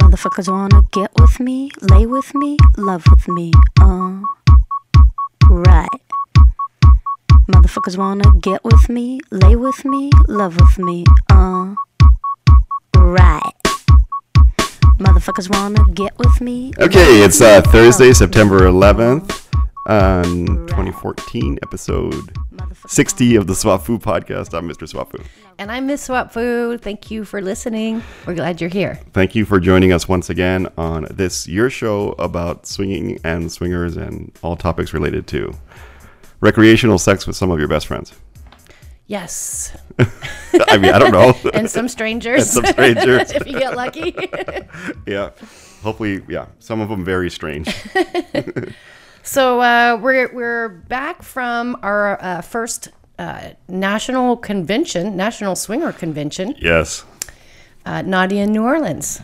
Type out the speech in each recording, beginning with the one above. Motherfuckers wanna get with me, lay with me, love with me. Uh, right. Motherfuckers wanna get with me, lay with me, love with me. Uh, right. Motherfuckers wanna get with me. Okay, lay it's with uh, me, Thursday, love September with me. 11th, um, 2014, episode 60 of the Swafu podcast. I'm Mr. Swafu. And I'm Miss Swap Food. Thank you for listening. We're glad you're here. Thank you for joining us once again on this your show about swinging and swingers and all topics related to recreational sex with some of your best friends. Yes. I mean, I don't know. And some strangers. some strangers. if you get lucky. yeah. Hopefully, yeah. Some of them very strange. so uh, we're, we're back from our uh, first uh, national convention, National Swinger Convention, yes. uh, Nadia in New Orleans.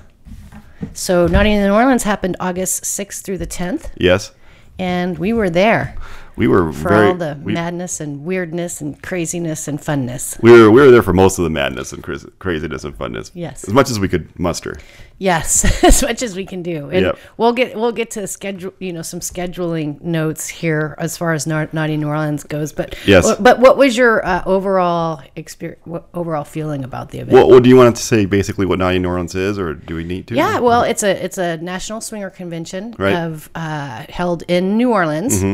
So Nadia in New Orleans happened August 6th through the 10th. Yes. And we were there We were for very. all the we, madness and weirdness and craziness and funness. we were we were there for most of the madness and craz- craziness and funness. Yes. As much as we could muster. Yes, as much as we can do. And Yep. we'll get we'll get to schedule, you know, some scheduling notes here as far as Na- Naughty New Orleans goes. But Yes. wh- but what was your uh, overall experience? What overall feeling about the event? Well, well, do you want to say basically what Naughty New Orleans is, or do we need to? yeah, well, it's a it's a national swinger convention Right. Mm-hmm. of uh, held in New Orleans.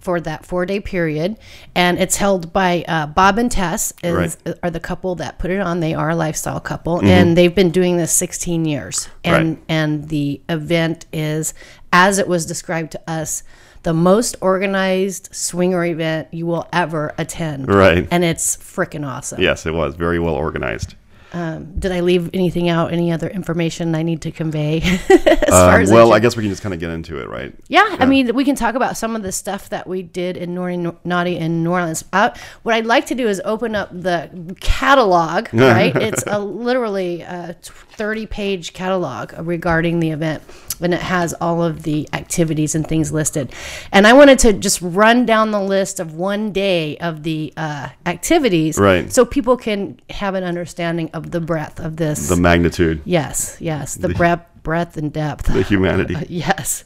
For that four day period, and it's held by uh, Bob and Tess is, are the couple that put it on. They are a lifestyle couple, and they've been doing this 16 years. And Mm-hmm. Right. and the event is, as it was described to us, the most organized swinger event you will ever attend. Right. and it's freaking awesome. Yes, it was very well organized. Did I leave anything out? Any other information I need to convey? as far Um, as I well, should? I guess we can just kind of get into it, right? Yeah, I mean, we can talk about some of the stuff that we did in Naughty, Naughty in New Orleans. Uh, what I'd like to do is open up the catalog, right? it's a literally a 30 page catalog regarding the event, and it has all of the activities and things listed. And I wanted to just run down the list of one day of the uh, activities Right. so people can have an understanding of the breadth of this. The magnitude, yes, yes, the breadth, breadth and depth. the humanity. Uh, Yes.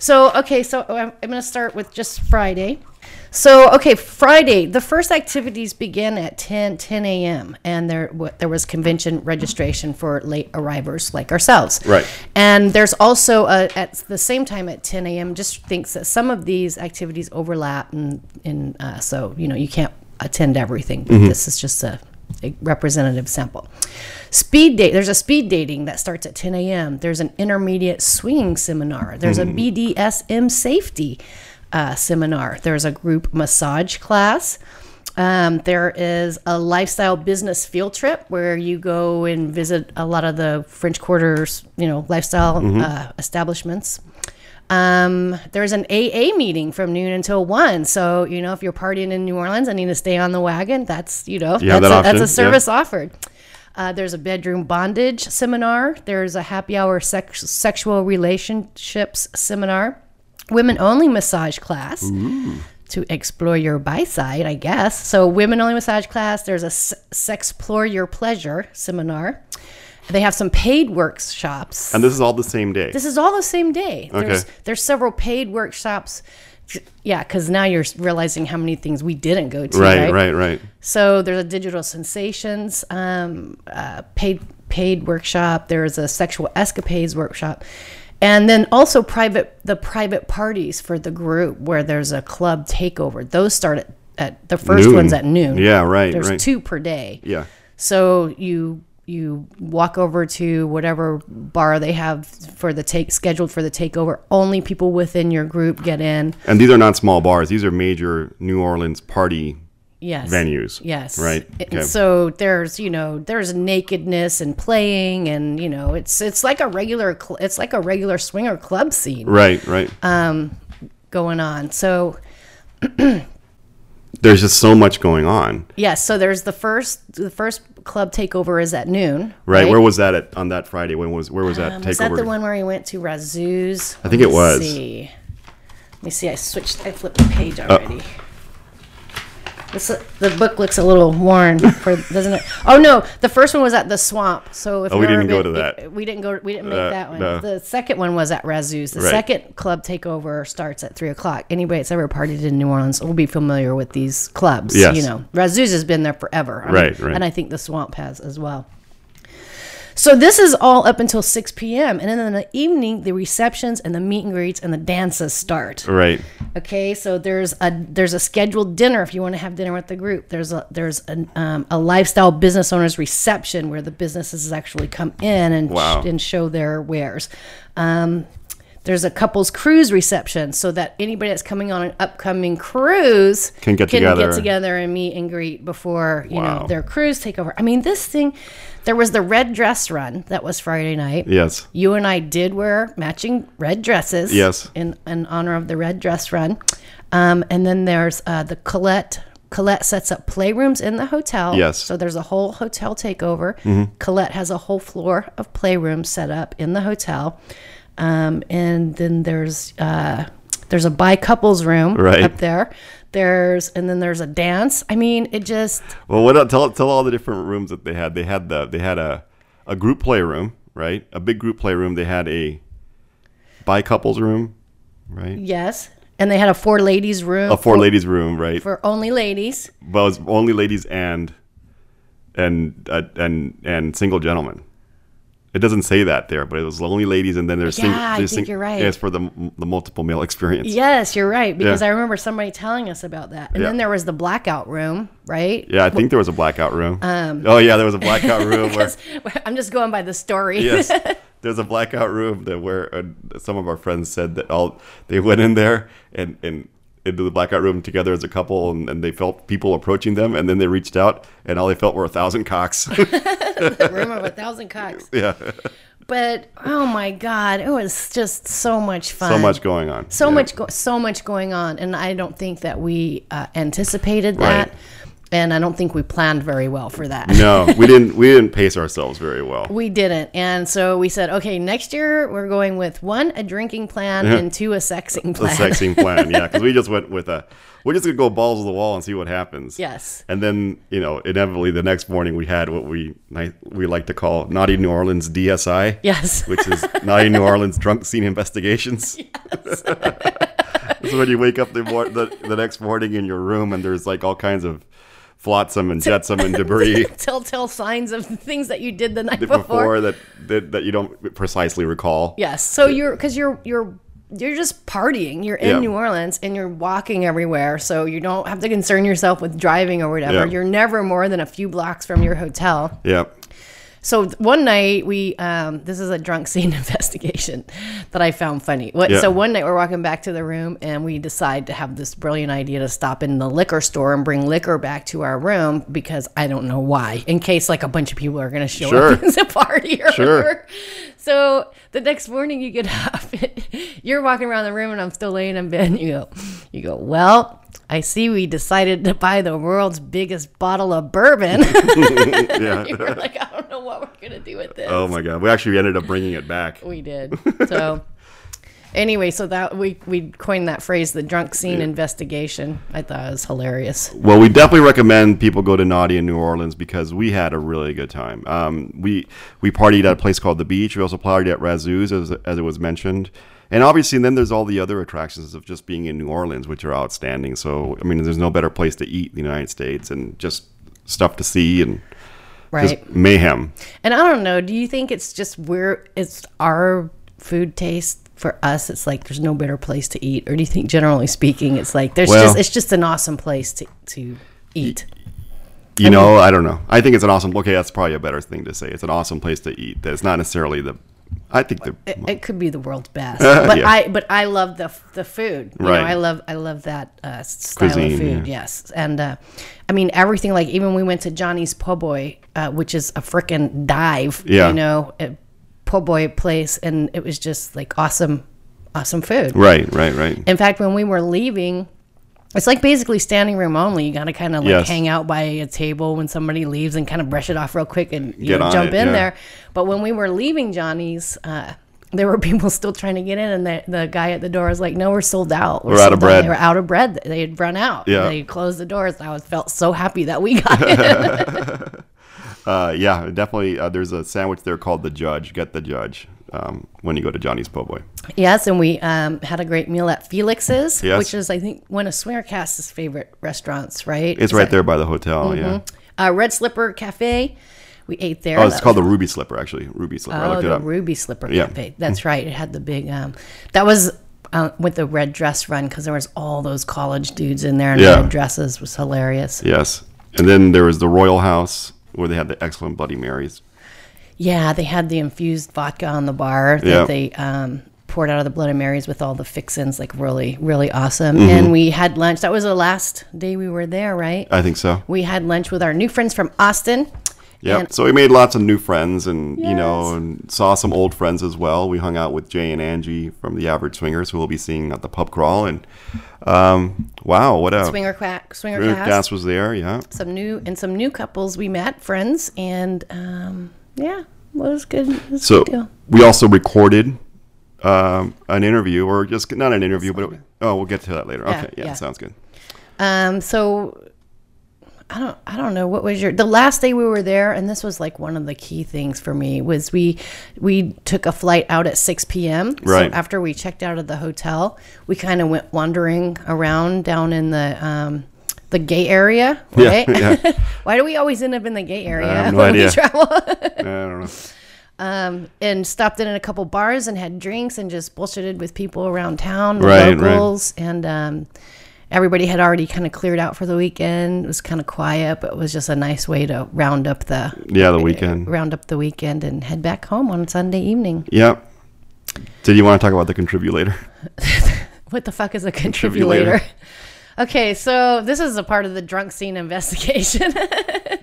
So, okay, so oh, I'm, I'm going to start with just Friday. So, okay, Friday, the first activities begin at 10, 10 a.m., and there, w- there was convention registration for late arrivers like ourselves. Right. And there's also, uh at the same time at 10 a.m., just thinks that some of these activities overlap, and, and uh, so, you know, you can't attend everything, but this is just a, a representative sample. Speed date. There's a speed dating that starts at 10 a.m. There's an intermediate swinging seminar. There's a BDSM safety uh, seminar. There's a group massage class. Um, there is a lifestyle business field trip where you go and visit a lot of the French Quarter's, you know, lifestyle Mm-hmm. uh, establishments. Um, there's an AA meeting from noon until one. So you know, if you're partying in New Orleans, I need to stay on the wagon. That's you know, You have that's, that a, that's option, yeah. a service offered. Uh, there's a bedroom bondage seminar. There's a happy hour sex, sexual relationships seminar. Women only massage class to explore your by side, I guess. So, women only massage class. There's a se- sexplore your pleasure seminar. They have some paid workshops. And this is all the same day. This is all the same day. There's, Okay. there's several paid workshops. Yeah, because now you're realizing how many things we didn't go to. right, right, right. So there's a digital sensations um, uh, paid paid workshop. There's a sexual escapades workshop, and then also private the private parties for the group where there's a club takeover. Those start at, at the first Noon. one's at noon. Yeah, right, There's right. two per day. Yeah. So you you walk over to whatever bar they have for the take scheduled for the takeover. Only people within your group get in. And these are not small bars. These are major New Orleans party yes venues. yes Right. And Okay. so there's you know there's nakedness and playing and you know it's it's like a regular cl- it's like a regular swinger club scene Right, right. Uh, going on so There's just so much going on. yes so there's the first the first club takeover is at noon Right. Where was that at on that Friday? When was where was that takeover? Um, was that the one where he went to Razoo's? I think it was. Uh, See. Let me see. I switched. I flipped the page already. This, uh, the book looks a little worn, for, doesn't it? Oh no, the first one was at the swamp. So if Oh, we you've ever didn't go been- to that. We didn't go. We didn't make Uh, that one. no. The second one was at Razoo's. The Right. second club takeover starts at three o'clock. Anybody that's ever partied in New Orleans will be familiar with these clubs. Yes. You know, Razoo's has been there forever. I mean, Right, right. And I think the swamp has as well. So this is all up until 6 p.m. And then in the evening, the receptions and the meet and greets and the dances start. Right. Okay, so there's a there's a scheduled dinner if you want to have dinner with the group. There's a there's an, um, a lifestyle business owners reception where the businesses actually come in and Wow. and show their wares. Um, there's a couples cruise reception so that anybody that's coming on an upcoming cruise Can get together. together and meet and greet before you Wow. know their cruise takeover. I mean, this thing. There was the red dress run that was Friday night. Yes. You and I did wear matching red dresses. Yes. In, in honor of the red dress run. Um, and then there's uh, the Colette. Colette sets up playrooms in the hotel. Yes. Mm-hmm. So there's a whole hotel takeover. Colette has a whole floor of playrooms set up in the hotel. Um, and then there's uh, there's a bi couples room Right. up there. There's and then there's a dance. I mean, it just Well, what el- tell tell all the different rooms that they had. They had the they had a a group playroom, right? A big group playroom. They had a bi couples room, right? yes. And they had a four ladies room A four ladies room, right? for only ladies. But it was only ladies and and uh, and and single gentlemen. It doesn't say that there, but it was only ladies, and then there's sing- Yeah, I there's think you're right. It's for the the multiple male experience. Yes, you're right because Yeah. I remember somebody telling us about that. And Yeah. then there was the blackout room, right? Yeah, I think there was a blackout room. Um, oh yeah, there was a blackout room where I'm just going by the story. yes, there's a blackout room that where uh, some of our friends said that all they went in there and and into the blackout room together as a couple, and, and they felt people approaching them, and then they reached out, and all they felt were a thousand cocks. the room of a thousand cocks. yeah, But oh my god, it was just so much fun. so much going on. so Yeah. much go- so much going on and I don't think that we uh, anticipated that. Right. And I don't think we planned very well for that. no, we didn't. We didn't pace ourselves very well. We didn't. And so we said, okay, next year we're going with one, a drinking plan, and two, a sexing The plan. sexing plan, yeah, because we just went with a. We're just gonna go balls to the wall and see what happens. Yes. And then you know, inevitably, the next morning we had what we ni- we like to call naughty New Orleans DSI. Yes. which is naughty New Orleans drunk scene investigations. It's when you wake up the, mor- the the next morning in your room and there's like all kinds of flotsam and jetsam and debris telltale signs of things that you did the night before, before. that, that that you don't precisely recall. Yes. So you're because you're you're you're just partying. You're in Yeah. New Orleans and you're walking everywhere, so you don't have to concern yourself with driving or whatever. Yeah. You're never more than a few blocks from your hotel. Yeah. So th- one night we, um, this is a drunk scene investigation that I found funny. What, Yeah. So one night we're walking back to the room and we decide to have this brilliant idea to stop in the liquor store and bring liquor back to our room because I don't know why, in case like a bunch of people are going to show Sure. up as a party or Sure. whatever. So the next morning you get up, you're walking around the room and I'm still laying in bed. And you go, you go, well, I see we decided to buy the world's biggest bottle of bourbon. Yeah. We're like, I don't know what we're gonna do with this. Oh my god. We actually ended up bringing it back. We did. So anyway, so that we we coined that phrase, the drunk scene investigation. I thought it was hilarious. Well, we definitely recommend people go to Naughty in New Orleans because we had a really good time. Um, we we partied at a place called the Beach. We also partied at Razoo's, as, as it was mentioned. And obviously, and then there's all the other attractions of just being in New Orleans, which are outstanding. So, I mean, there's no better place to eat in the United States and just stuff to see and Right. just mayhem. and I don't know, do you think it's just we're it's our food taste for us it's like there's no better place to eat or do you think generally speaking it's like there's Well- just it's just an awesome place to to eat You know, I don't know. I think it's an awesome. Okay, that's probably a better thing to say. It's an awesome place to eat. That it's not necessarily the. I think the. it could be the world's best but Uh, Yeah. i but i love the f- the food you Right. know, i love i love that uh style Cuisine, of food yes and uh i mean everything like even we went to johnny's po' boy uh, which is a freaking dive Yeah. you know a po' boy place and it was just like awesome awesome food Right, right, right. in fact when we were leaving it's like basically standing room only. You gotta kind of like Yes. hang out by a table when somebody leaves and kind of brush it off real quick and you Get know, on jump it, in yeah. there. But when we were leaving Johnny's, uh, there were people still trying to get in, and the, the guy at the door was like, "No, we're sold out. We're out sold of bread." They were out of bread. They had run out. Yeah. They closed the doors. And I was, felt so happy that we got in. Uh, yeah, definitely. Uh, there's a sandwich there called the Judge. Get the Judge um, when you go to Johnny's Po' Boy. yes, and we um, had a great meal at Felix's, Yes. which is I think one of Swearcast's favorite restaurants. Right? It's right there by the hotel. Yeah. Uh, Red Slipper Cafe. We ate there. Oh, it's That called the Ruby Slipper, actually. Ruby Slipper. I Oh, looked it the up. Ruby Slipper Yeah. Cafe. That's right. It had the big. Um, that was uh, with the red dress run because there was all those college dudes in there and Yeah. red dresses was hilarious. yes. And then there was the Royal House where they had the excellent Bloody Marys. Yeah, they had the infused vodka on the bar that Yeah. they um, poured out of the Bloody Marys with all the fixins. Like really, really awesome. Mm-hmm. And we had lunch. That was the last day we were there, right? I think so. we had lunch with our new friends from Austin. Yeah. And- So we made lots of new friends and, you know, and saw some old friends as well. We hung out with Jay and Angie from the Average Swingers, who we'll be seeing at the pub crawl. And um, wow, what a Swinger Quack, Swinger Rick Cast. Gas was there. Yeah. some new and some new couples we met friends and um, yeah well, it was good it was a So good deal. we also recorded um, an interview, or just not an interview, but it, oh, we'll get to that later. Yeah, okay, yeah, yeah. sounds good. um so i don't i don't know what was your the last day we were there and this was like one of the key things for me was we we took a flight out at 6 p.m Right. so after we checked out of the hotel we kind of went wandering around down in the um the gay area Yeah, right yeah. why do we always end up in the gay area have no when idea. we travel I don't know. um, and stopped in at a couple bars and had drinks and just bullshitted with people around town, the Right, right. locals, and um, everybody had already kind of cleared out for the weekend. It was kind of quiet, but it was just a nice way to round up the Yeah, the weekend. round up the weekend and head back home on Sunday evening. Yep. Did you want to talk about the contribute later? What the fuck is a Contribulator. contributor? okay, so this is a part of the drunk scene investigation.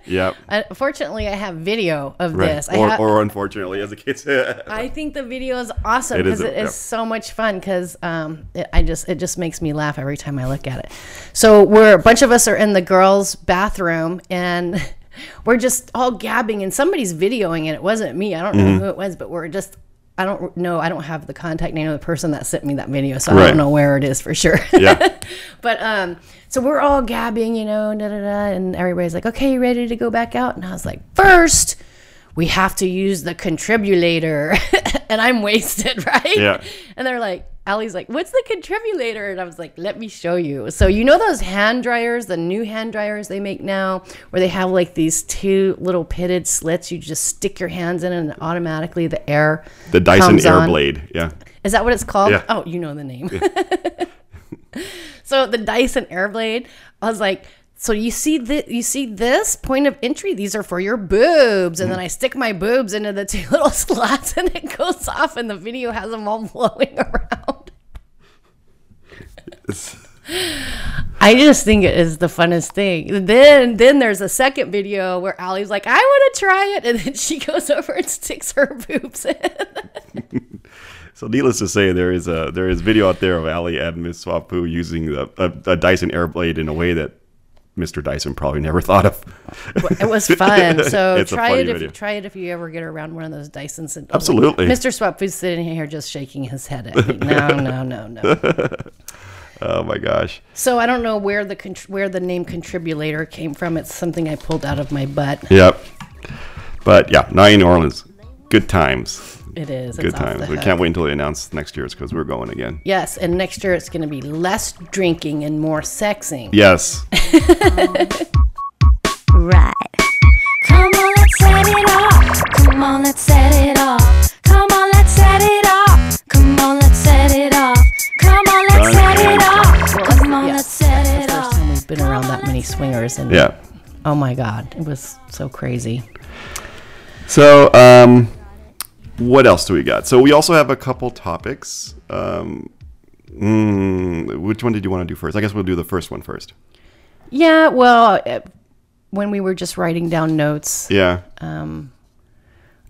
Yep. Unfortunately, I have video of Right. this. Uh, I Or, ha- or unfortunately, as a kid. I think the video is awesome It is because a- it is yeah. so much fun because um, it, I just it just makes me laugh every time I look at it. So we're a bunch of us are in the girls' bathroom and we're just all gabbing and somebody's videoing it. It wasn't me. I don't Mm-hmm. know who it was, but we're just I don't know. I don't have the contact name of the person that sent me that video, so I Right. don't know where it is for sure. yeah. But um, so we're all gabbing, you know, da da da, and everybody's like, "Okay, you ready to go back out?" And I was like, first, we have to use the contribulator," and I'm wasted, right? Yeah. And they're like, "Allie's like, what's the contribulator?" And I was like, "Let me show you." So you know those hand dryers, the new hand dryers they make now, where they have like these two little pitted slits. You just stick your hands in, and automatically the air. The Dyson comes on. Airblade. Yeah. Is that what it's called? Yeah. Oh, you know the name. so the Dyson Airblade, I was like, so you see this, you see this point of entry. These are for your boobs, and then I stick my boobs into the two little slots, and it goes off, and the video has them all blowing around. I just think it is the funnest thing. Then, then there's a second video where Allie's like, "I want to try it," and then she goes over and sticks her boobs in. So needless to say, there is a there is video out there of Ali and Miss Swapu using the, a, a Dyson Airblade in a way that Mr. Dyson probably never thought of. It was fun. So It's a try funny it if video. try it if you ever get around one of those oh, Dysons. And, Absolutely. Mr. Swapfood's sitting here just shaking his head at me. No, no, no, no. Oh my gosh. So I don't know where the contr where the name contributor came from. It's something I pulled out of my butt. Yep. But yeah, now in New Orleans, good times. It is. Good it's off times. the We hook. can't wait until they announce next year's because we're going again. Yes, and next year it's going to be less drinking and more sexing. Yes. Right. Come on, let's set it off. Come on, let's set it off. Come on, let's set it off. Come on, let's set it off. Come on, let's set it off. Come on, Yes. let's set That's it the off. first time we've been around that many swingers, and Yeah. oh my god, it was so crazy. So, um, what else do we got? So we also have a couple topics. Um, mm, which one did you want to do first? I guess we'll do the first one first. Yeah, well, uh, when we were just writing down notes, Yeah.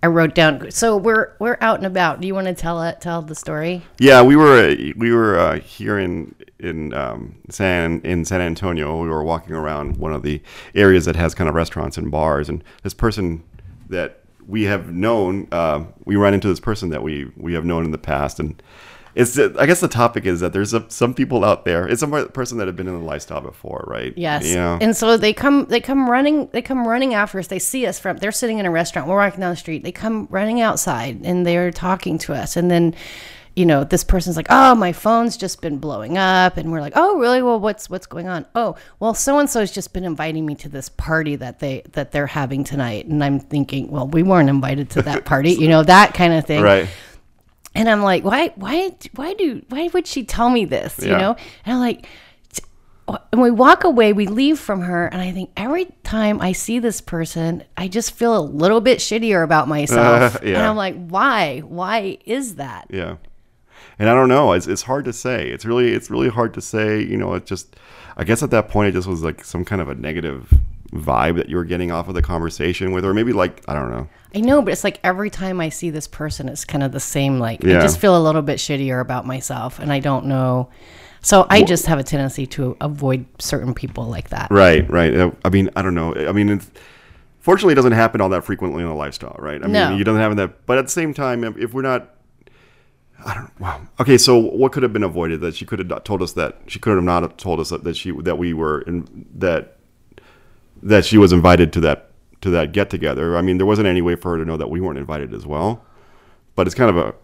I wrote down. So we're we're out and about. Do you want to tell it tell the story? Yeah, we were uh, we were uh, here in in um, San in San Antonio. We were walking around one of the areas that has kind of restaurants and bars, and this person that we have known. Uh, we run into this person that we we have known in the past, and it's. I guess the topic is that there's a, some people out there. It's some person that have been in the lifestyle before, right? Yes. You know? And so they come they come running they come running after us. They see us from they're sitting in a restaurant, we're walking down the street. They come running outside and they're talking to us. And then, you know, this person's like, Oh, my phone's just been blowing up and we're like, Oh, really? Well what's what's going on? Oh, well so and so's just been inviting me to this party that they that they're having tonight. And I'm thinking, Well, we weren't invited to that party, you know, that kind of thing. right. And I'm like, why, why, why do, why would she tell me this? You Yeah. know? And I'm like, t- and we walk away, we leave from her, and I think every time I see this person, I just feel a little bit shittier about myself. Yeah. And I'm like, why? Why is that? Yeah. And I don't know. It's, it's hard to say. It's really it's really hard to say. You know, it just I guess at that point it just was like some kind of a negative vibe that you were getting off of the conversation with, or maybe like I don't know. I know, but it's like every time I see this person, it's kind of the same. Like I Yeah. just feel a little bit shittier about myself, and I don't know. So I just have a tendency to avoid certain people like that. Right, right. Uh, I mean, I don't know. I mean, it's, fortunately, it doesn't happen all that frequently in the lifestyle, right? I No. mean, you don't have that. But at the same time, if, if we're not, I don't. Wow. Okay, so what could have been avoided? That she could have not told us that she could have not have told us that, that she that we were in that that she was invited to that to that get together. I mean, there wasn't any way for her to know that we weren't invited as well. But it's kind of a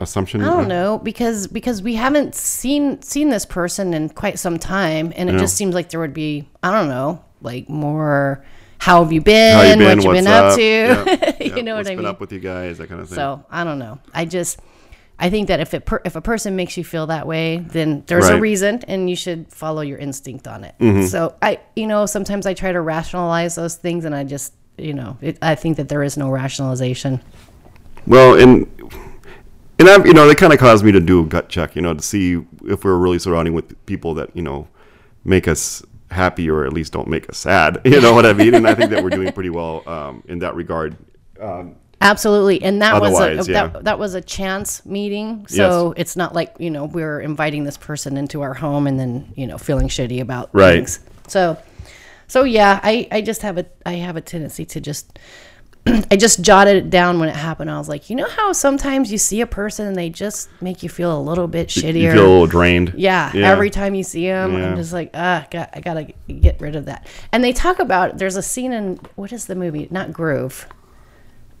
assumption. I don't know because because we haven't seen seen this person in quite some time, and it just seems like there would be I don't know like more. How have you been? How you been? What you What's been up? up, to? Yeah, yeah. you know What's what I mean. Been up with you guys, that kind of thing. so I don't know. I just I think that if it per, if a person makes you feel that way, then there's a Right. Mm-hmm. reason, and you should follow your instinct on it. So I you know sometimes I try to rationalize those things, and I just you know it, I think that there is no rationalization. Well, and and I've, you know, that kind of caused me to do a gut check, you know, to see if we're really surrounding with people that you know make us happy or at least don't make us sad. You know what I mean? And I think that we're doing pretty well um, in that regard. Absolutely, and that was Otherwise, a, yeah. that, that was a chance meeting. So it's not like you know we're inviting this person into our home and then you know feeling shitty about Right. things. So, so yeah, I I just have a I have a tendency to just I just jotted it down when it happened. I was like, you know how sometimes you see a person and they just make you feel a little bit shittier. You feel a little drained. Yeah, every time you see him, Yeah. I'm just like, ah, got, I gotta get rid of that. And they talk about there's a scene in what is the movie? Not Groove.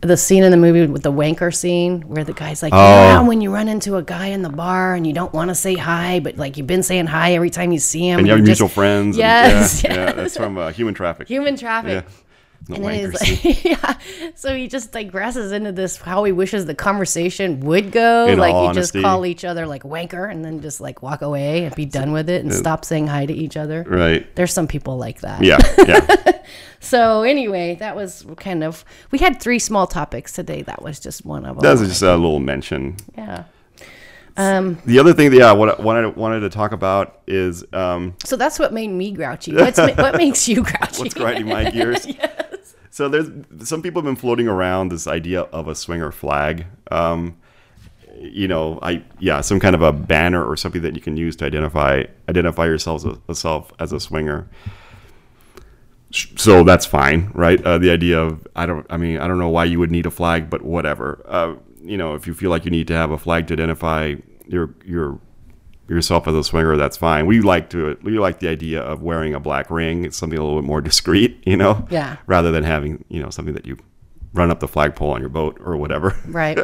The scene in the movie with the wanker scene where the guy's like, yeah, Oh. when you run into a guy in the bar and you don't want to say hi, but like you've been saying hi every time you see him, And you have you're just- mutual friends. and- Yes, yeah, yeah, yes. that's from uh, human traffic. human traffic. Yeah. No And then wankers. he's like, yeah. So he just digresses into this how he wishes the conversation would go. In like you all honesty. just call each other like wanker and then just like walk away and be done with it and stop saying hi to each other. right. There's some people like that. Yeah, yeah. So anyway, that was kind of we had three small topics today. That was just one of them. That's just a little mention. yeah. Um, The other thing, that, yeah, what I wanted, wanted to talk about is um, so that's what made me grouchy. What's ma- what makes you grouchy? what's grinding my gears. So there's some people have been floating around this idea of a swinger flag. Um, you know, I yeah, some kind of a banner or something that you can use to identify identify yourselves yourself as a swinger. So that's fine, right? Uh, the idea of I don't, I mean, I don't know why you would need a flag, but whatever. Uh, you know, if you feel like you need to have a flag to identify your your yourself as a swinger, that's fine. We like to we like the idea of wearing a black ring. It's something a little bit more discreet, you know. Yeah. Rather than having you know something that you run up the flagpole on your boat or whatever. Right.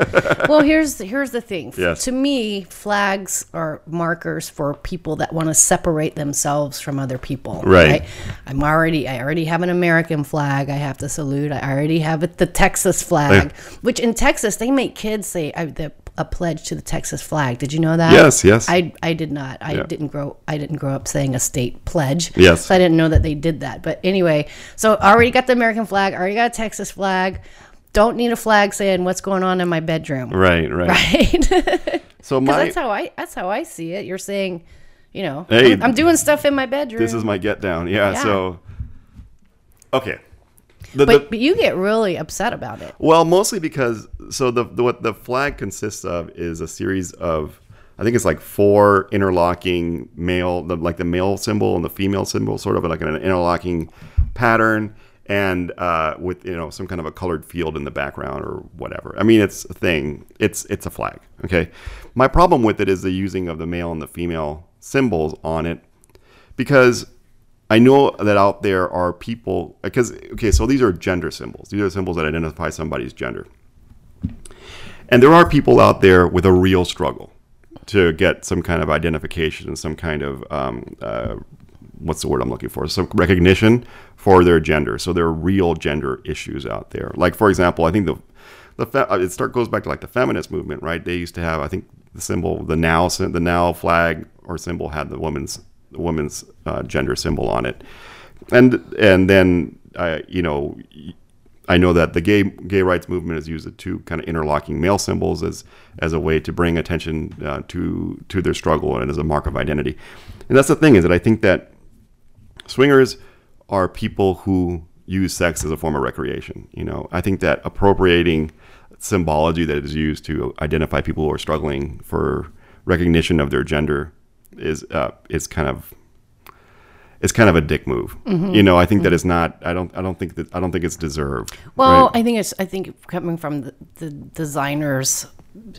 Well, here's here's the thing. F- Yes. To me, flags are markers for people that want to separate themselves from other people. Right. I'm already I already have an American flag I have to salute. I already have it, the Texas flag, which in Texas they make kids say I, the, a pledge to the Texas flag. Did you know that? Yes, yes. I I did not. I Yeah. didn't grow I didn't grow up saying a state pledge. Yes. So I didn't know that they did that. But anyway, so already got the American flag, already got a Texas flag. Don't need a flag saying what's going on in my bedroom. Right. Right. Right. 'Cause So my that's how I that's how I see it. You're saying, you know, Hey, I'm, I'm doing stuff in my bedroom. this is my get down. Yeah. Yeah. So okay. The, the- but, but you get really upset about it. Well, mostly because so the, the what the flag consists of is a series of I think it's like four interlocking male the, like the male symbol and the female symbol sort of like an interlocking pattern and uh, with you know some kind of a colored field in the background or whatever. I mean, it's a thing. It's it's a flag. Okay. My problem with it is the using of the male and the female symbols on it, because I know that out there are people because okay, so these are gender symbols. These are symbols that identify somebody's gender. And there are people out there with a real struggle to get some kind of identification and some kind of um, uh, what's the word I'm looking for? Some recognition for their gender. So there are real gender issues out there. Like for example, I think the the fe- uh, it start goes back to like the feminist movement, right? They used to have I think the symbol the now sy- the now flag or symbol had the woman's the woman's uh, gender symbol on it, and and then uh, you know I know that the gay gay rights movement has used the two kind of interlocking male symbols as as a way to bring attention uh, to to their struggle and as a mark of identity. And that's the thing is that I think that swingers are people who use sex as a form of recreation. You know, I think that appropriating symbology that is used to identify people who are struggling for recognition of their gender is uh, is kind of it's kind of a dick move. You know, I think that it's not. I don't. I don't think that. I don't think it's deserved. Well, right? I think it's. I think coming from the, the designers,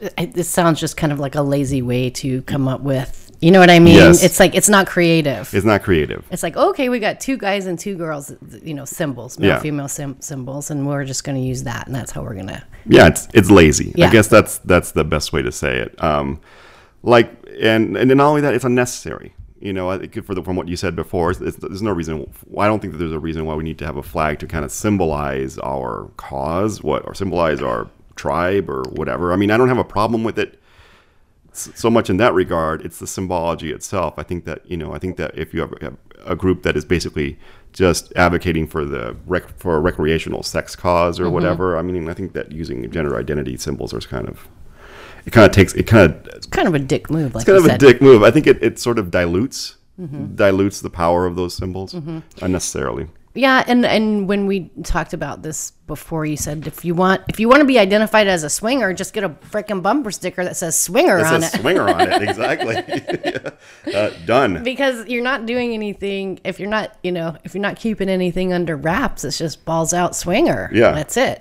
it, it sounds just kind of like a lazy way to come up with. You know what I mean? Yes. It's like it's not creative. It's, it's not creative. like okay, we got two guys and two girls. You know, symbols, male Yeah. female sim- symbols, and we're just going to use that, and that's how we're going to. yeah it's it's lazy i Yeah. guess that's that's the best way to say it um like and and then not only that it's unnecessary you know I think for the, from what you said before it's, it's, there's no reason i don't think that there's a reason why we need to have a flag to kind of symbolize our cause what or symbolize our tribe or whatever i mean i don't have a problem with it s- so much in that regard it's the symbology itself i think that you know i think that if you have a- a group that is basically just advocating for the rec- for a recreational sex cause Mm-hmm. or whatever i mean i think that using gender identity symbols is kind of it kind of takes it kind of It's kind of a dick move, like kind you of a said. Mm-hmm. dick move i think it, it sort of dilutes dilutes the power of those symbols unnecessarily Yeah, and and when we talked about this before, you said if you want if you want to be identified as a swinger, just get a freaking bumper sticker that says swinger it on says it. swinger on it exactly uh, done because you're not doing anything if you're not you know if you're not keeping anything under wraps it's just balls out swinger Yeah. that's it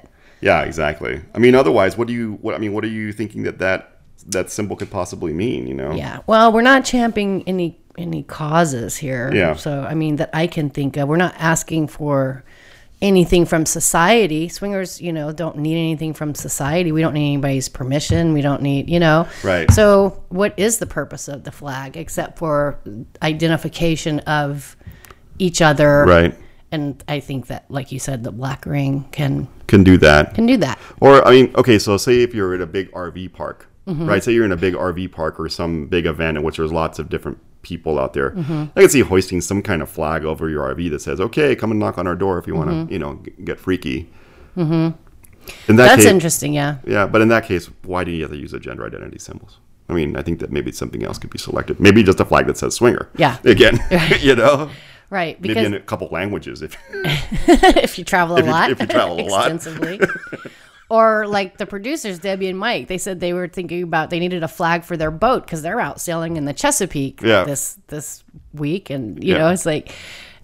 Yeah, exactly. I mean, otherwise, what do you? What I mean, what are you thinking that that that symbol could possibly mean? You know? yeah well we're not championing any any causes here Yeah. so i mean that i can think of we're not asking for anything from society swingers you know don't need anything from society we don't need anybody's permission we don't need you know Right. so what is the purpose of the flag except for identification of each other Right. and I think that, like you said, the black ring can Can do that. can do that. Or I mean, okay, so say if you're at a big RV park, Mm-hmm. right? Say you're in a big RV park or some big event in which there's lots of different people out there. Mm-hmm. I can see hoisting some kind of flag over your RV that says, "Okay, come and knock on our door if you want to, Mm-hmm. you know, g- get freaky." Mm-hmm. In that That's case, interesting. Yeah, yeah, but in that case, why do you have to use the gender identity symbols? I mean, I think that maybe something else could be selected. Maybe just a flag that says swinger. Yeah. Again, you know? right. maybe Because in a couple languages if if you travel a you- lot, if you travel a lot. extensively, or like the producers Debbie and Mike, they said they were thinking about they needed a flag for their boat because they're out sailing in the Chesapeake Yeah. this this week, and you Yeah. know it's like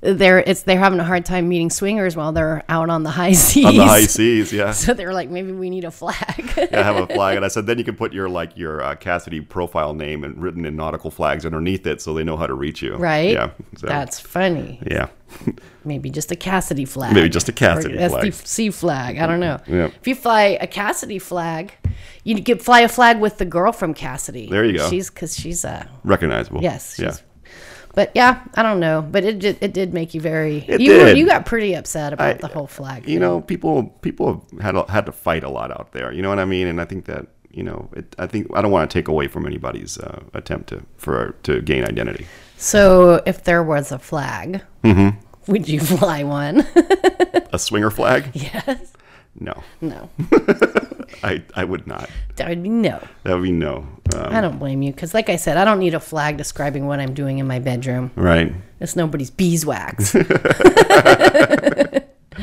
they're it's they're having a hard time meeting swingers while they're out on the high seas. on the high seas yeah so they're like, maybe we need a flag. i have a flag and i said then you can put your like your uh, cassidy profile name and written in nautical flags underneath it so they know how to reach you Right? yeah so, That's funny. yeah Maybe just a Cassidy flag. Maybe just a Cassidy or flag. SDC flag. I don't know. Yeah. If you fly a Cassidy flag, you could fly a flag with the girl from Cassidy. There you go. She's because she's a recognizable yes. yeah She's, But yeah, I don't know. But it did, it did make you very. It you Were, did. you got pretty upset about I- the whole flag. you know people people have had a, had to fight a lot out there you know what i mean and i think that you know it, i think i don't want to take away from anybody's uh, attempt to for to gain identity So if there was a flag, Mm-hmm. would you fly one? a swinger flag yes. no No. i i would not That would be no. that would be no um, I don't blame you because, like I said, I don't need a flag describing what I'm doing in my bedroom. right It's nobody's beeswax.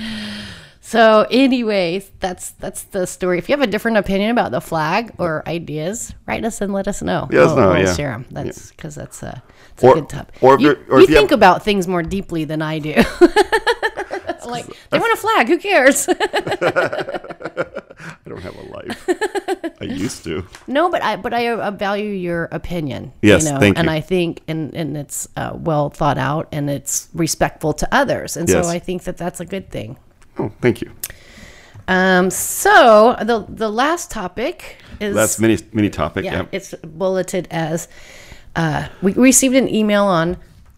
so, anyways, that's that's the story. If you have a different opinion about the flag or ideas, write us and let us know. Yeah, let us know, yeah. share 'em. That's because that's a, it's Or- a good topic. or if you, you're- or you if you think have- about things more deeply than I do. like they want a flag. Who cares? I don't have a life. I used to. No, but I but I uh, value your opinion. Yes, you know, thank and you. I think and and it's uh, well thought out and it's respectful to others, and Yes. so I think that that's a good thing. Oh, thank you. Um, so the the last topic is That's many many topic. yeah, Yeah. it's bulleted as uh, we received an email on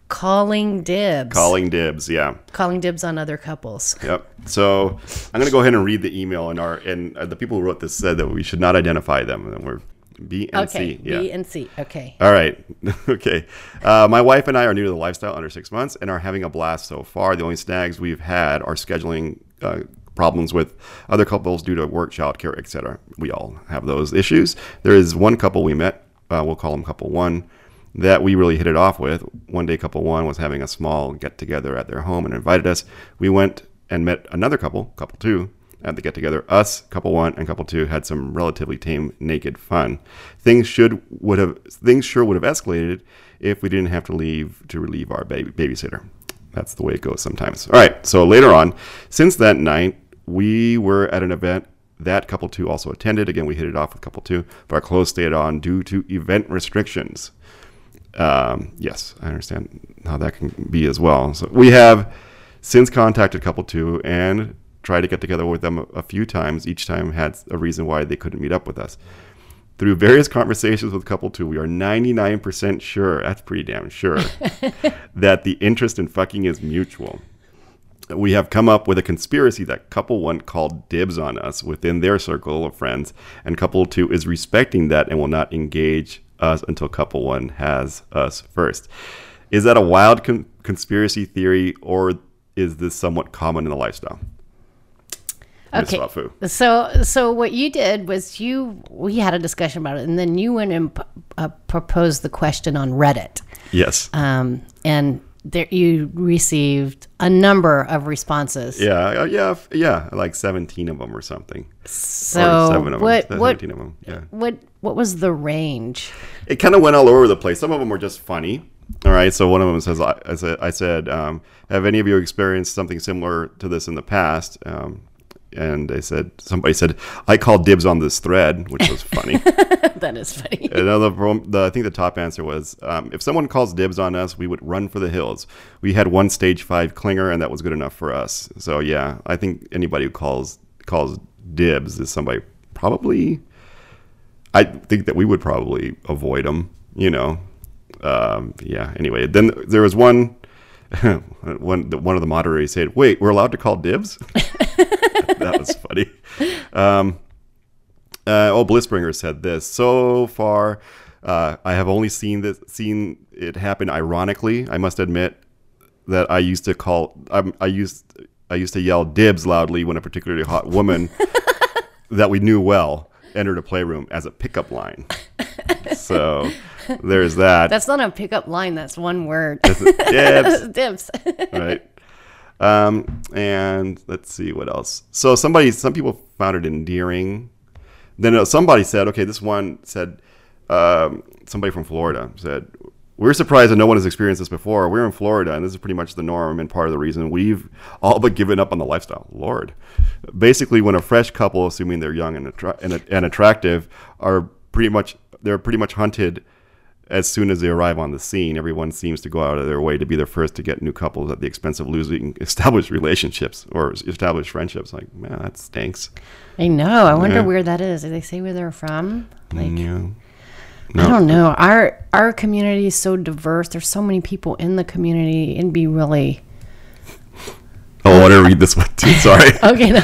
calling dibs, Calling dibs. Yeah. calling dibs on other couples. Yep. So I'm gonna go ahead and read the email, and our and uh, the people who wrote this said that we should not identify them, and we're B and Okay, C. Yeah. B and C. Okay, All right. okay. Uh, my wife and I are new to the lifestyle under six months and are having a blast so far. The only snags we've had are scheduling uh, problems with other couples due to work, childcare, etc. We all have those issues. There is one couple we met, uh, we'll call them couple one, that we really hit it off with. One day, couple one was having a small get together at their home and invited us. We went and met another couple, couple two, at the get together. Us, couple one and couple two had some relatively tame naked fun. Things should would have things sure would have escalated if we didn't have to leave to relieve our baby, babysitter. That's the way it goes sometimes. All right. So later on, since that night, we were at an event that couple two also attended. Again, we hit it off with couple two, but our clothes stayed on due to event restrictions. Um, yes, I understand how that can be as well. So we have since contacted couple two and tried to get together with them a, a few times. Each time had a reason why they couldn't meet up with us. Through various conversations with couple two, we are 99% sure, that's pretty damn sure, that the interest in fucking is mutual. We have come up with a conspiracy that couple one called dibs on us within their circle of friends, and couple two is respecting that and will not engage us until couple one has us first. Is that a wild con- conspiracy theory, or is this somewhat common in the lifestyle? Miss okay. Wafu. So, so what you did was you we had a discussion about it, and then you went and p- uh, proposed the question on Reddit, Yes. um, and there you received a number of responses. yeah. uh, Yeah. f- Yeah. Like 17 of them or something. so or seven of what them. what 17 of them. Yeah. what what was the range? it kind of went all over the place. Some of them were just funny. All right, so one of them says, "I, I said, I said, um, have any of you experienced something similar to this in the past?" Um, and they said, somebody said, "I call dibs on this thread," which was funny. that is funny. Another, from- the, I think the top answer was, um, "If someone calls dibs on us, we would run for the hills." We had one stage five clinger, and that was good enough for us. So yeah, I think anybody who calls calls dibs is somebody probably I think that we would probably avoid them, you know. Um, yeah. Anyway, then there was one, one, the- one of the moderators said, "Wait, we're allowed to call dibs." that was funny. Um, uh, oh, Blissbringer said this. So far, uh, I have only seen this, seen it happen ironically. I must admit that I used to call. I'm, I used I used to yell dibs loudly when a particularly hot woman that we knew well entered a playroom as a pickup line. so there's that. That's not a pickup line. That's one word. dibs, Dips. right? Um, and let's see what else. So somebody, some people found it endearing. Then uh, somebody said, okay, this one said, um, somebody from Florida said, we're surprised that no one has experienced this before. We're in Florida, and this is pretty much the norm and part of the reason we've all but given up on the lifestyle. Lord, basically, when a fresh couple, assuming they're young and, attra- and, and attractive, are pretty much they're pretty much hunted as soon as they arrive on the scene, everyone seems to go out of their way to be the first to get new couples at the expense of losing established relationships or established friendships. Like, man, that stinks. I know. I wonder where that is. Do they say where they're from? Like, Mm, Yeah. I don't know. Our our community is so diverse. There's so many people in the community. It'd be really Oh, I want to read this one too. Sorry. okay. No,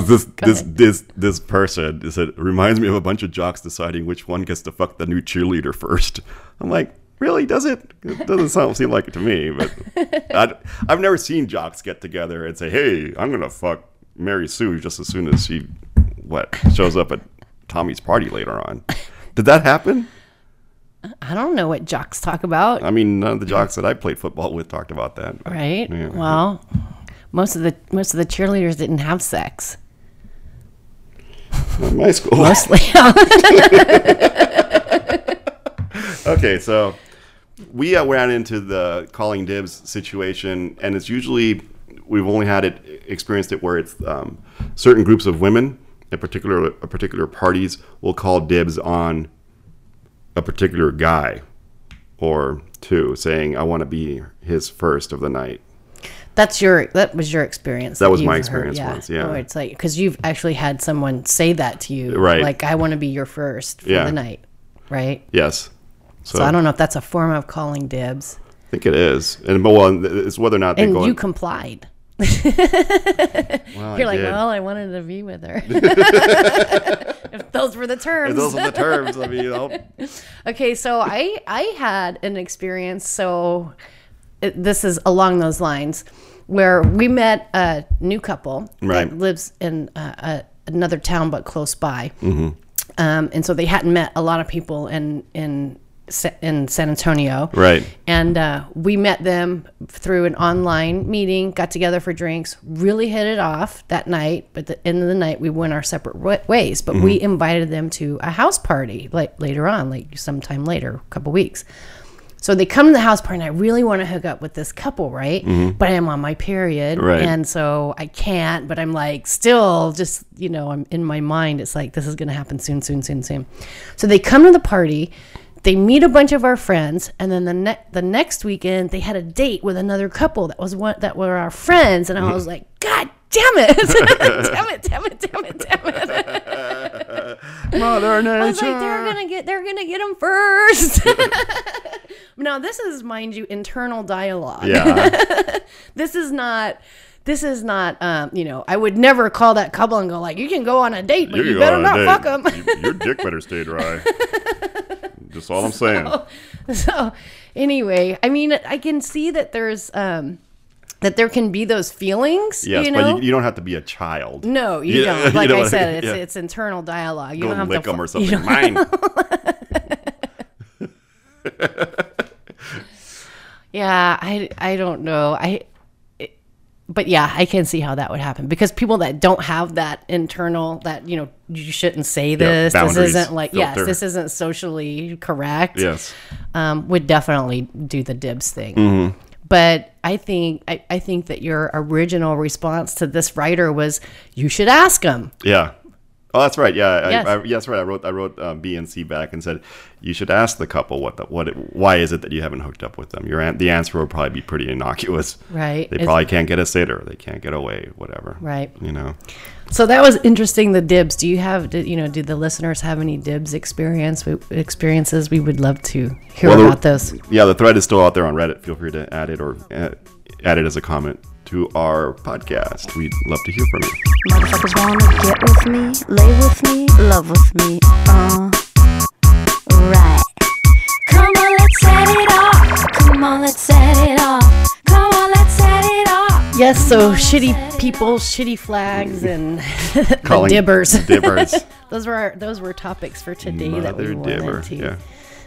this this this, this this person is it reminds me of a bunch of jocks deciding which one gets to fuck the new cheerleader first. I'm like, really? Does it? It doesn't sound seem like it to me. But I, I've never seen jocks get together and say, "Hey, I'm gonna fuck Mary Sue" just as soon as she what shows up at Tommy's party later on. Did that happen? I don't know what jocks talk about, I mean, none of the jocks that I played football with talked about that. right? Yeah. Well, most of the most of the cheerleaders didn't have sex. In my school. okay, so we uh, ran into the calling dibs situation, and it's usually we've only had it experienced it where it's um, certain groups of women, in particular, particular parties, will call dibs on a particular guy or two, saying, "I want to be his first of the night." That's your. That was your experience. That was my you've experience once, yeah. Where it's like because you've actually had someone say that to you. Right. Like I want to be your first for Yeah. the night. Right. Yes. So, So I don't know if that's a form of calling dibs, I think it is, and but well, it's whether or not they and go. you in- complied. Well, I You're like, did. well, I wanted to be with her. if those were the terms. If those are the terms. I mean, I'll, Okay, so I I had an experience. So it, this is along those lines where we met a new couple Right. that lives in uh, a, another town but close by, Mm-hmm. um, and so they hadn't met a lot of people in in Sa- in San Antonio, Right. And uh, we met them through an online meeting, got together for drinks, really hit it off that night. But at the end of the night, we went our separate wa- ways. But we invited them to a house party like later on, like sometime later, a couple weeks. So they come to the house party, and I really want to hook up with this couple, right? But I'm on my period, Right. and so I can't. But I'm like, still, just you know, I'm in my mind. It's like this is going to happen soon, soon, soon, soon. So they come to the party, they meet a bunch of our friends, and then the ne- the next weekend they had a date with another couple that was one that were our friends, and I was like, God damn it, damn it, damn it, damn it, damn it. Mother I was like, they're nature. gonna get, they're gonna get them first. now this is, mind you, internal dialogue. Yeah, This is not. This is not. Um, you know, I would never call that couple and go like, "You can go on a date, but you, can go better on not a fuck date. 'em. fuck them." You- your dick better stay dry. Just all I'm saying. so, anyway, I mean, I can see that there's um, that there can be those feelings. Yes, you know? but you, you don't have to be a child. no, you Yeah, don't. Like know I what said, mean? it's Yeah. it's internal dialogue. You go don't have lick to them or fu- you something. don't- Mine. Yeah, I I don't know. I it- but yeah, I can see how that would happen because people that don't have that internal that you know you shouldn't say this. this boundaries, isn't like filter. yes, this isn't socially correct. yes. um, would definitely do the dibs thing. Mm-hmm. But I think I, I think that your original response to this writer was you should ask him. Yeah. Oh, that's right. Yeah, Yes. I, I, yes, right. I wrote I wrote um, B and C back and said you should ask the couple what the, what it, why is it that you haven't hooked up with them. Your an- the answer would probably be pretty innocuous. Right. They It's- probably can't get a sitter. They can't get away. Whatever. Right. You know. So that was interesting. The dibs. Do you have? Do, you know? Do the listeners have any dibs experience we, experiences? We would love to hear Well, the- about those. Yeah, the thread is still out there on Reddit. Feel free to add it or uh, add it as a comment to our podcast. We'd love to hear from you. Motherfuckers wanna get with me, lay with me, love with me. Uh, right. Come on, let's set it off. Come on, let's set it off. Come on, let's set it off. Yes. So shitty people, shitty flags, and the Calling dibbers. Dibbers. those were our, those were topics for today that we Mother wanted dibber. to Yeah.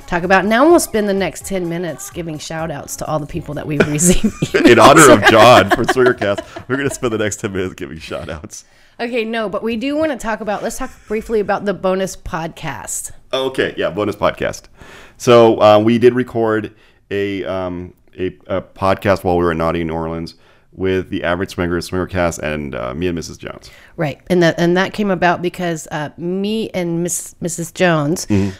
talk about. Now we'll spend the next ten minutes giving shout outs to all the people that we've received. In honor of John for Swingercast, we're going to spend the next 10 minutes giving shout outs. okay, no, but we do want to talk about. Let's talk briefly about the bonus podcast. Okay, yeah, bonus podcast. So uh, we did record a, um, a a podcast while we were in Naughty New Orleans with the Average Swingers, Swingercast, and uh, me and Mrs. Jones. Right, and that and that came about because uh, me and Miss Mrs. Jones uh,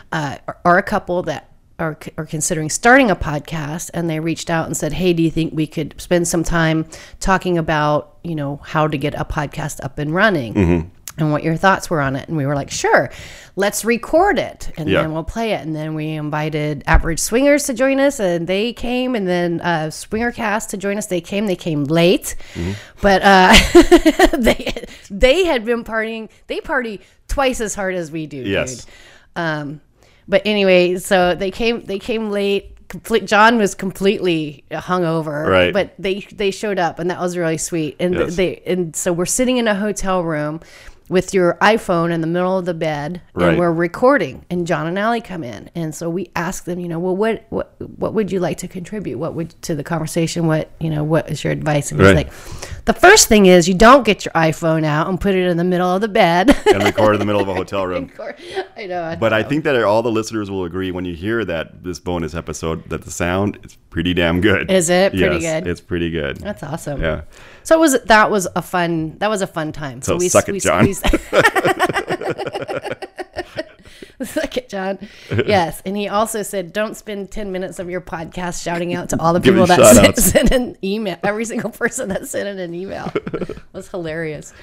are, are a couple that are c- are considering starting a podcast, and they reached out and said, "Hey, do you think we could spend some time talking about you know how to get a podcast up and running?" And what your thoughts were on it, and we were like, "Sure, let's record it, and Yeah. then we'll play it." And then we invited Average Swingers to join us, and they came, and then uh, Swingercast to join us. They came. They came late, but uh, they they had been partying. They party twice as hard as we do. Yes. Dude. Um, but anyway, so they came they came late. Complete, John was completely hungover, Right. But they they showed up, and that was really sweet. And Yes. they and so we're sitting in a hotel room. with your iPhone in the middle of the bed, Right. and we're recording, and John and Allie come in, and so we ask them, you know, well, what what what would you like to contribute? What would to the conversation? What you know, what is your advice? And Right. he's like, the first thing is you don't get your iPhone out and put it in the middle of the bed. and record in the middle of a hotel room. I know. I- But I think that all the listeners will agree when you hear that this bonus episode that the sound is pretty damn good. Is it? Pretty Yes, good. It's pretty good. That's awesome. yeah. So it was that was a fun that was a fun time. So suck it, John. suck it, John. Yes, and he also said, "Don't spend ten minutes of your podcast shouting out to all the Giving people that sent, shout-outs. sent an email. Every single person that sent in an email It was hilarious."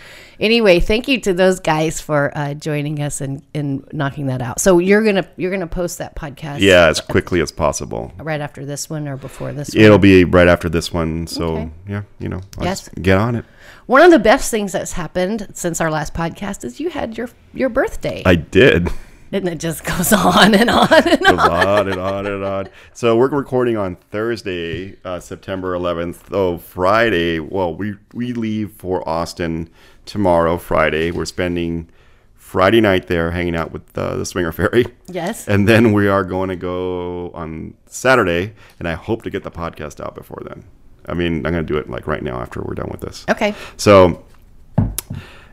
Anyway, thank you to those guys for uh, joining us and and knocking that out. So you're gonna you're gonna post that podcast, Yeah, as quickly as possible. right after this one or before this one. It'll be right after this one. So, Okay. yeah, you know, I'll Yes. just get on it. One of the best things that's happened since our last podcast is you had your your birthday, I did. and it just goes on and on and on. Goes on and on and on. So we're recording on Thursday, uh, September 11th. Oh, Friday. Well, we we leave for Austin tomorrow, Friday. We're spending Friday night there, hanging out with uh, the Swinger Fairy. Yes. And then we are going to go on Saturday, and I hope to get the podcast out before then. I mean, I'm going to do it like right now after we're done with this. Okay. So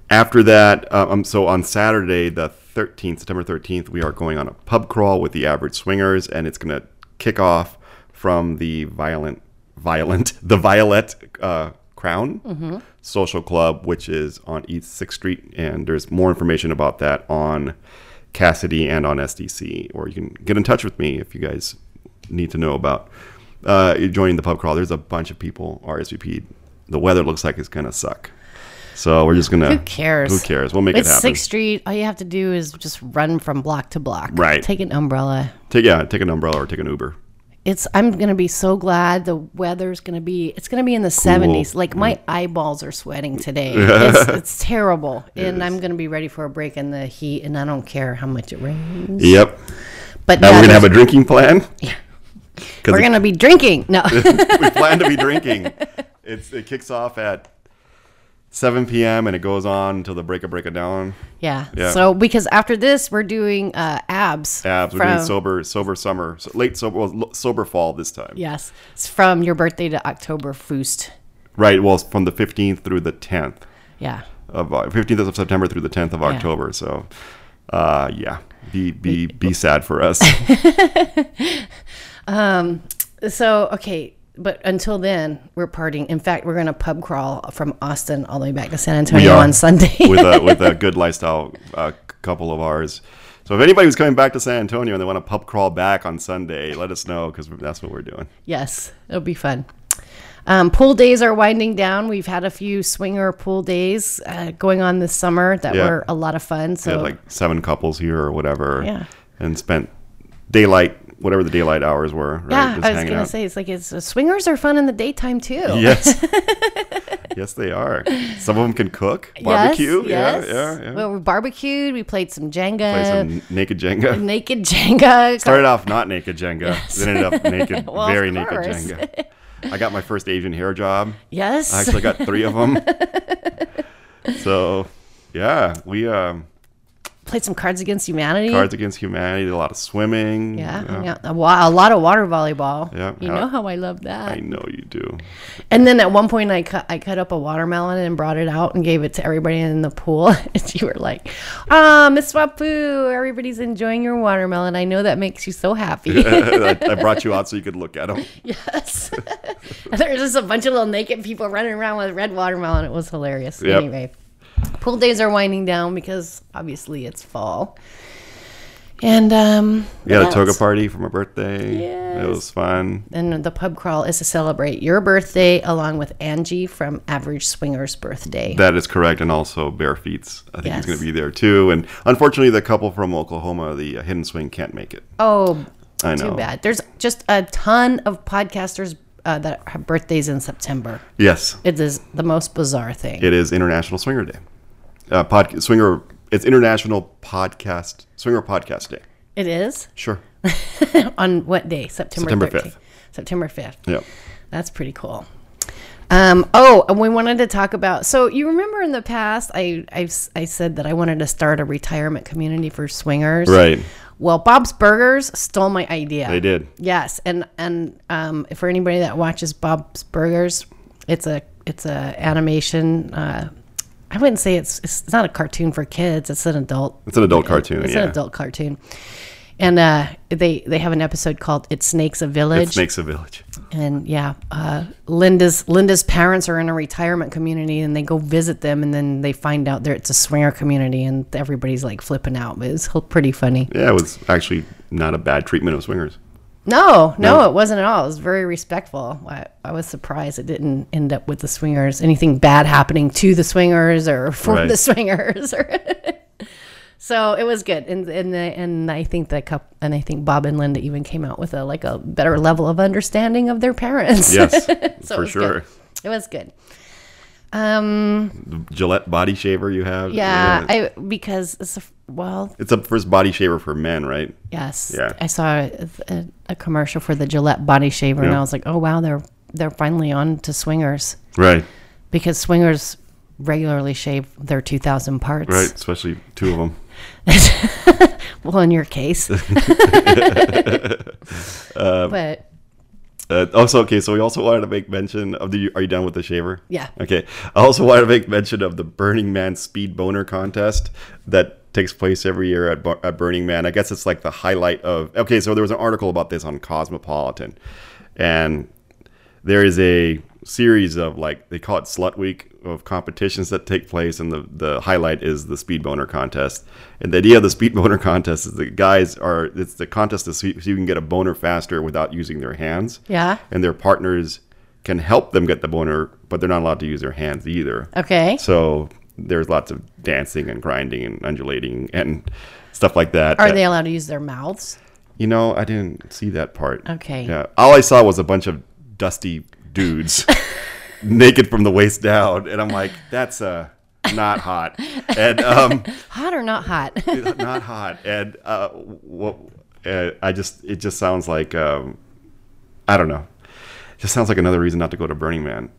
after that, uh, um, so on Saturday, the 13th, September 13th, we are going on a pub crawl with the Average Swingers, and it's going to kick off from the Violent, Violent, the Violet uh, Crown Social Club, which is on East 6th Street. And there's more information about that on Cassidy and on SDC, or you can get in touch with me if you guys need to know about uh, joining the pub crawl. There's a bunch of people RSVP'd. The weather looks like it's going to suck. So we're just gonna. Who cares? Who cares? We'll make It's it happen. Sixth Street. All you have to do is just run from block to block. Right. Take an umbrella. Take yeah, take an umbrella or take an Uber. It's. I'm gonna be so glad the weather's gonna be. It's gonna be in the 70s. Like my eyeballs are sweating today. it's, it's terrible, and I'm gonna be ready for a break in the heat, and I don't care how much it rains. Yep. But Now Mm-hmm. yeah, we're gonna there's- have a drinking plan. we're gonna be drinking. No. We plan to be drinking. It's it kicks off at 7 p.m. and it goes on until the break of break of dawn. Yeah. Yeah. So because after this, we're doing uh, abs. Abs. We're doing from- sober sober summer, so late sober well, lo- sober fall this time. Yes, it's from your birthday to October first. Right. Well, it's from the 15th through the 10th Yeah. of uh, 15th of September through the 10th of October. So, uh, yeah. Be be be sad for us. So okay, but until then, we're partying. In fact, we're gonna pub crawl from Austin all the way back to San Antonio are. on Sunday. with a with a good lifestyle uh, couple of ours. So if anybody was coming back to San Antonio and they want to pub crawl back on Sunday, let us know because that's what we're doing. yes, it'll be fun. Um, pool days are winding down. We've had a few swinger pool days uh, going on this summer that Yeah. were a lot of fun. So We had like seven couples here or whatever, Oh. Yeah. and spent daylight whatever the daylight hours were. Right? yeah, Just I was hanging gonna out. say it's like it's swingers are fun in the daytime too. yes, yes they are. Some of them can cook barbecue. Yes, yes. Yeah, yeah, yeah. Well, we barbecued. We played some Jenga. Play some naked Jenga. naked Jenga. Started off not naked Jenga, then ended up naked, Well, of very naked course. Jenga. I got my first Asian hair job. yes. I actually got three of them. so, yeah, we um, Played some Cards Against Humanity. Cards Against Humanity did a lot of swimming. yeah, hung out- a, wa- a lot of water volleyball. Yeah, you how- know how I love that. I know you do. and then at one point, I cut I cut up a watermelon and brought it out and gave it to everybody in the pool. and you were like, "Ah, Miss Wapu, everybody's enjoying your watermelon. I know that makes you so happy." I, I brought you out so you could look at them. yes. There's just a bunch of little naked people running around with red watermelon. It was hilarious. Yep. Anyway, pool days are winding down because obviously it's fall. And um, We had a what toga else? party for my birthday. It was fun. And the pub crawl is to celebrate your birthday along with Angie from Average Swingers Birthday. That is correct, and also Bare Feets. I think he's Yes. going to be there too. And unfortunately, the couple from Oklahoma, the uh, Hidden Swing, can't make it. oh, I know. too bad. There's just a ton of podcasters uh, that have birthdays in September. Yes, It is the most bizarre thing. it is International Swinger Day. Uh, pod, swinger, it's International Podcast Swinger Podcast Day. it is Sure. on what day? September September 13th. 5th. September 5th. Yeah. That's pretty cool. Um, oh, and we wanted to talk about. So you remember in the past, I I've, I said that I wanted to start a retirement community for swingers. Right. Well, Bob's Burgers stole my idea. They did. Yes, and and um, for anybody that watches Bob's Burgers, it's a it's a animation. Uh, I wouldn't say it's it's not a cartoon for kids. It's an adult. It's an adult cartoon. It's yeah. an adult cartoon. And uh, they they have an episode called "It Snakes a Village," It snakes a village. and yeah, uh, Linda's Linda's parents are in a retirement community, and they go visit them, and then they find out there it's a swinger community, and everybody's like flipping out. But it's h- pretty funny. Yeah, it was actually not a bad treatment of swingers. No, no, it wasn't at all. It was very respectful. I, I was surprised it didn't end up with the swingers, anything bad happening to the swingers or for Right. the swingers. Or so it was good, and and the, and I think the cup, and I think Bob and Linda even came out with a like a better level of understanding of their parents. Yes, So it for was sure. good. it was good. Um, Gillette body shaver you have. yeah, I because it's a, well, it's the first body shaver for men, right? Yes. Yeah. I saw a, a, a commercial for the Gillette body shaver, and Yeah. I was like, oh wow, they're they're finally on to swingers Right, because swingers regularly shave their two thousand parts. right. Especially two of them. Well, in your case. Um, but Uh, also, okay. So we also wanted to make mention of the. Are you done with the shaver? Yeah. Okay. I also wanted to make mention of the Burning Man Speed Boner Contest that takes place every year at, Bu- at Burning Man. I guess it's like the highlight of. Okay, so there was an article about this on Cosmopolitan, and there is a series of like they call it Slut Week of competitions that take place, and the the highlight is the Speed Boner Contest. And the idea of the Speed Boner Contest is the guys are it's the contest to see if you can get a boner faster without using their hands Yeah. and their partners can help them get the boner, but they're not allowed to use their hands either. okay. So there's lots of dancing and grinding and undulating and stuff like that. Uh, Are that- they allowed to use their mouths? You know, I didn't see that part. Okay. Yeah. All I saw was a bunch of dusty dudes naked from the waist down, and I'm like, that's uh not hot. And um Hot or not hot? not hot. And uh, what? Uh, I just it just sounds like um, I don't know. It just sounds like another reason not to go to Burning Man,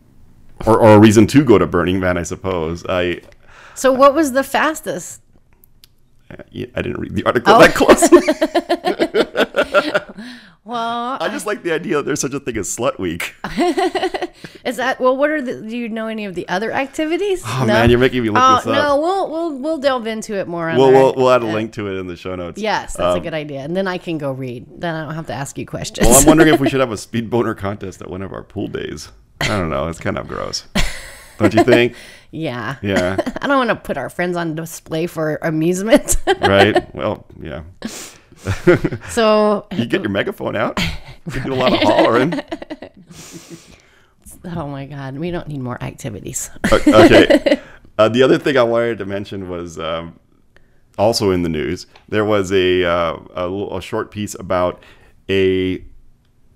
or or a reason to go to Burning Man. I suppose I so what was the fastest? I didn't read the article Oh. that closely. Well, I just like the idea that there's such a thing as Slut Week. Oh is that well? What are the? Do you know any of the other activities? Oh man, you're making me look Oh this up. no, we'll we'll we'll delve into it more. On We'll, our- we'll, we'll add a link to it in the show notes. Yes, that's Um, a good idea. And then I can go read. Then I don't have to ask you questions. Well, I'm wondering if we should have a speed boner contest at one of our pool days. I don't know. It's kind of gross. Don't you think? yeah. Yeah. I don't want to put our friends on display for amusement. Right? Well, yeah. so, You get your megaphone out. You do a lot of hollering. oh my God, we don't need more activities. okay. Uh, the other thing I wanted to mention was um, also in the news. There was a, uh, a little- a short piece about a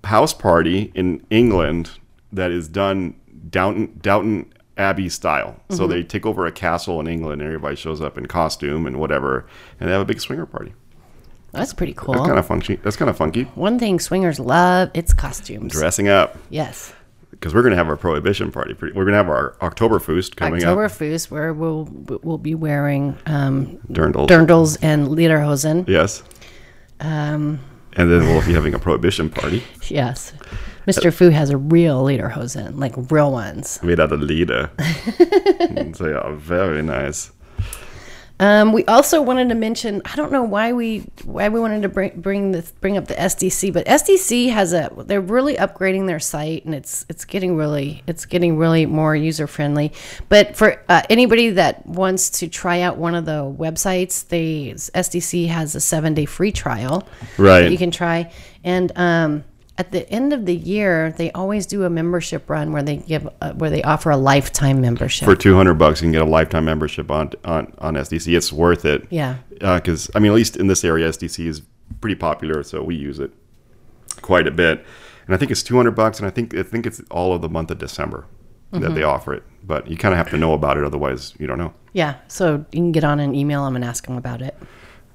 house party in England that is done Downton Downton Abbey style. So they take over a castle in England, and everybody shows up in costume and whatever, and they have a big swinger party. That's pretty That's cool. kind of funky. That's kind of funky. One thing swingers love, it's costumes. Dressing up Yes. because we're gonna have our prohibition party. pretty- We're gonna have our Oktoberfest coming up. Oktoberfest, where we'll, we'll be wearing um, Dirndl. dirndls and lederhosen. Yes. Um, And then we'll be having a prohibition party yes. Mr. Fu has a real lederhosen, like real ones. made out of leader. so yeah, very nice. Um, we also wanted to mention. I don't know why we why we wanted to bring bring this bring up the SDC, but SDC has a they're really upgrading their site, and it's it's getting really it's getting really more user friendly. But for uh, anybody that wants to try out one of the websites, they SDC has a seven day free trial Right. that you can try. And um, at the end of the year, they always do a membership run where they give uh, where they offer a lifetime membership. For 200 bucks, you can get a lifetime membership on on, on SDC. It's worth it. Yeah. Because, I mean, at least in this area, SDC is pretty popular, so we use it quite a bit. And I think it's 200 bucks, and I think I think it's all of the month of December that they offer it. But you kind of have to know about it, otherwise, you don't know. yeah, so you can get on and email them and ask them about it.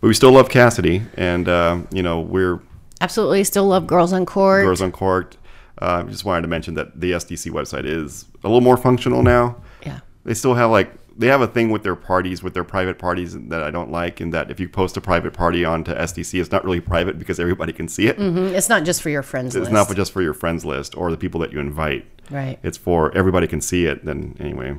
But we still love Cassidy, and, um, you know, we're Absolutely, still love Girls on Court. Girls Uncorked. Uh, just wanted to mention that the SDC website is a little more functional now. Yeah. They still have like they have a thing with their parties, with their private parties that I don't like, and that if you post a private party onto SDC, it's not really private because everybody can see it. Mm, It's not just for your friends It's list. not just for your friends list or the people that you invite. Right. It's for everybody can see it. Then anyway,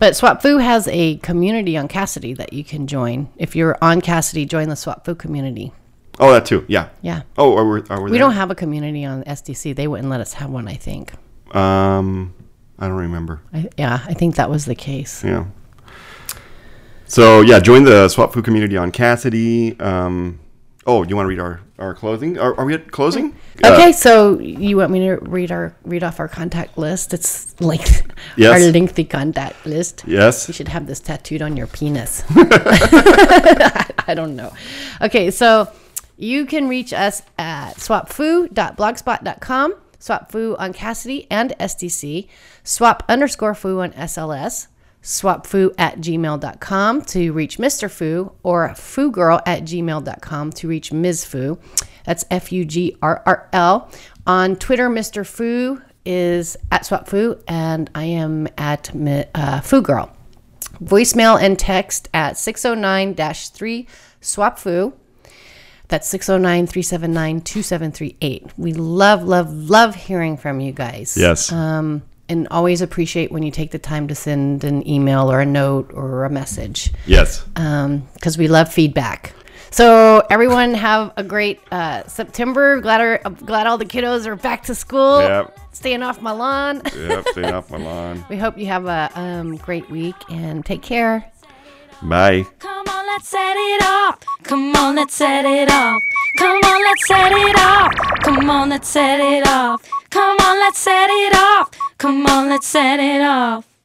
But SwapFu has a community on Cassidy that you can join. If you're on Cassidy, join the SwapFu community. oh that too, yeah, Yeah. Oh, are we? Are we, We there? don't have a community on SDC. They wouldn't let us have one, I think. Um, I don't remember. I, yeah, I think that was the case. Yeah. So yeah, join the swap food community on Cassidy. Um, oh, you want to read our our closing? Are, are we at closing? Uh, Okay, so you want me to read our read off our contact list? It's length, Yes. our lengthy contact list. You yes. should have this tattooed on your penis. I don't know. Okay, so you can reach us at swapfoo.blogspot.com, swapfoo on Cassidy and SDC, swap underscore foo on SLS, swapfoo at gmail.com to reach Mr. Foo, or foogirl at gmail.com to reach Ms. Foo. That's F U G R R L. On Twitter, Mr. Foo is at swapfoo, and I am at mi- uh, foogirl voicemail and text at 609-3 swapfu that's 609-379-2738 we love love love hearing from you guys Yes. um, and always appreciate when you take the time to send an email or a note or a message yes. uh, because we love feedback. So everyone have a great uh, September. Glad our, I'm glad all the kiddos are back to school. Yep. Staying off my lawn. yep. Staying off my lawn. We hope you have a um, great week and take care. Bye. Come on, let's set it off. Come on, let's set it off. Come on, let's set it off. Come on, let's set it off. Come on, let's set it off. Come on, let's set it off.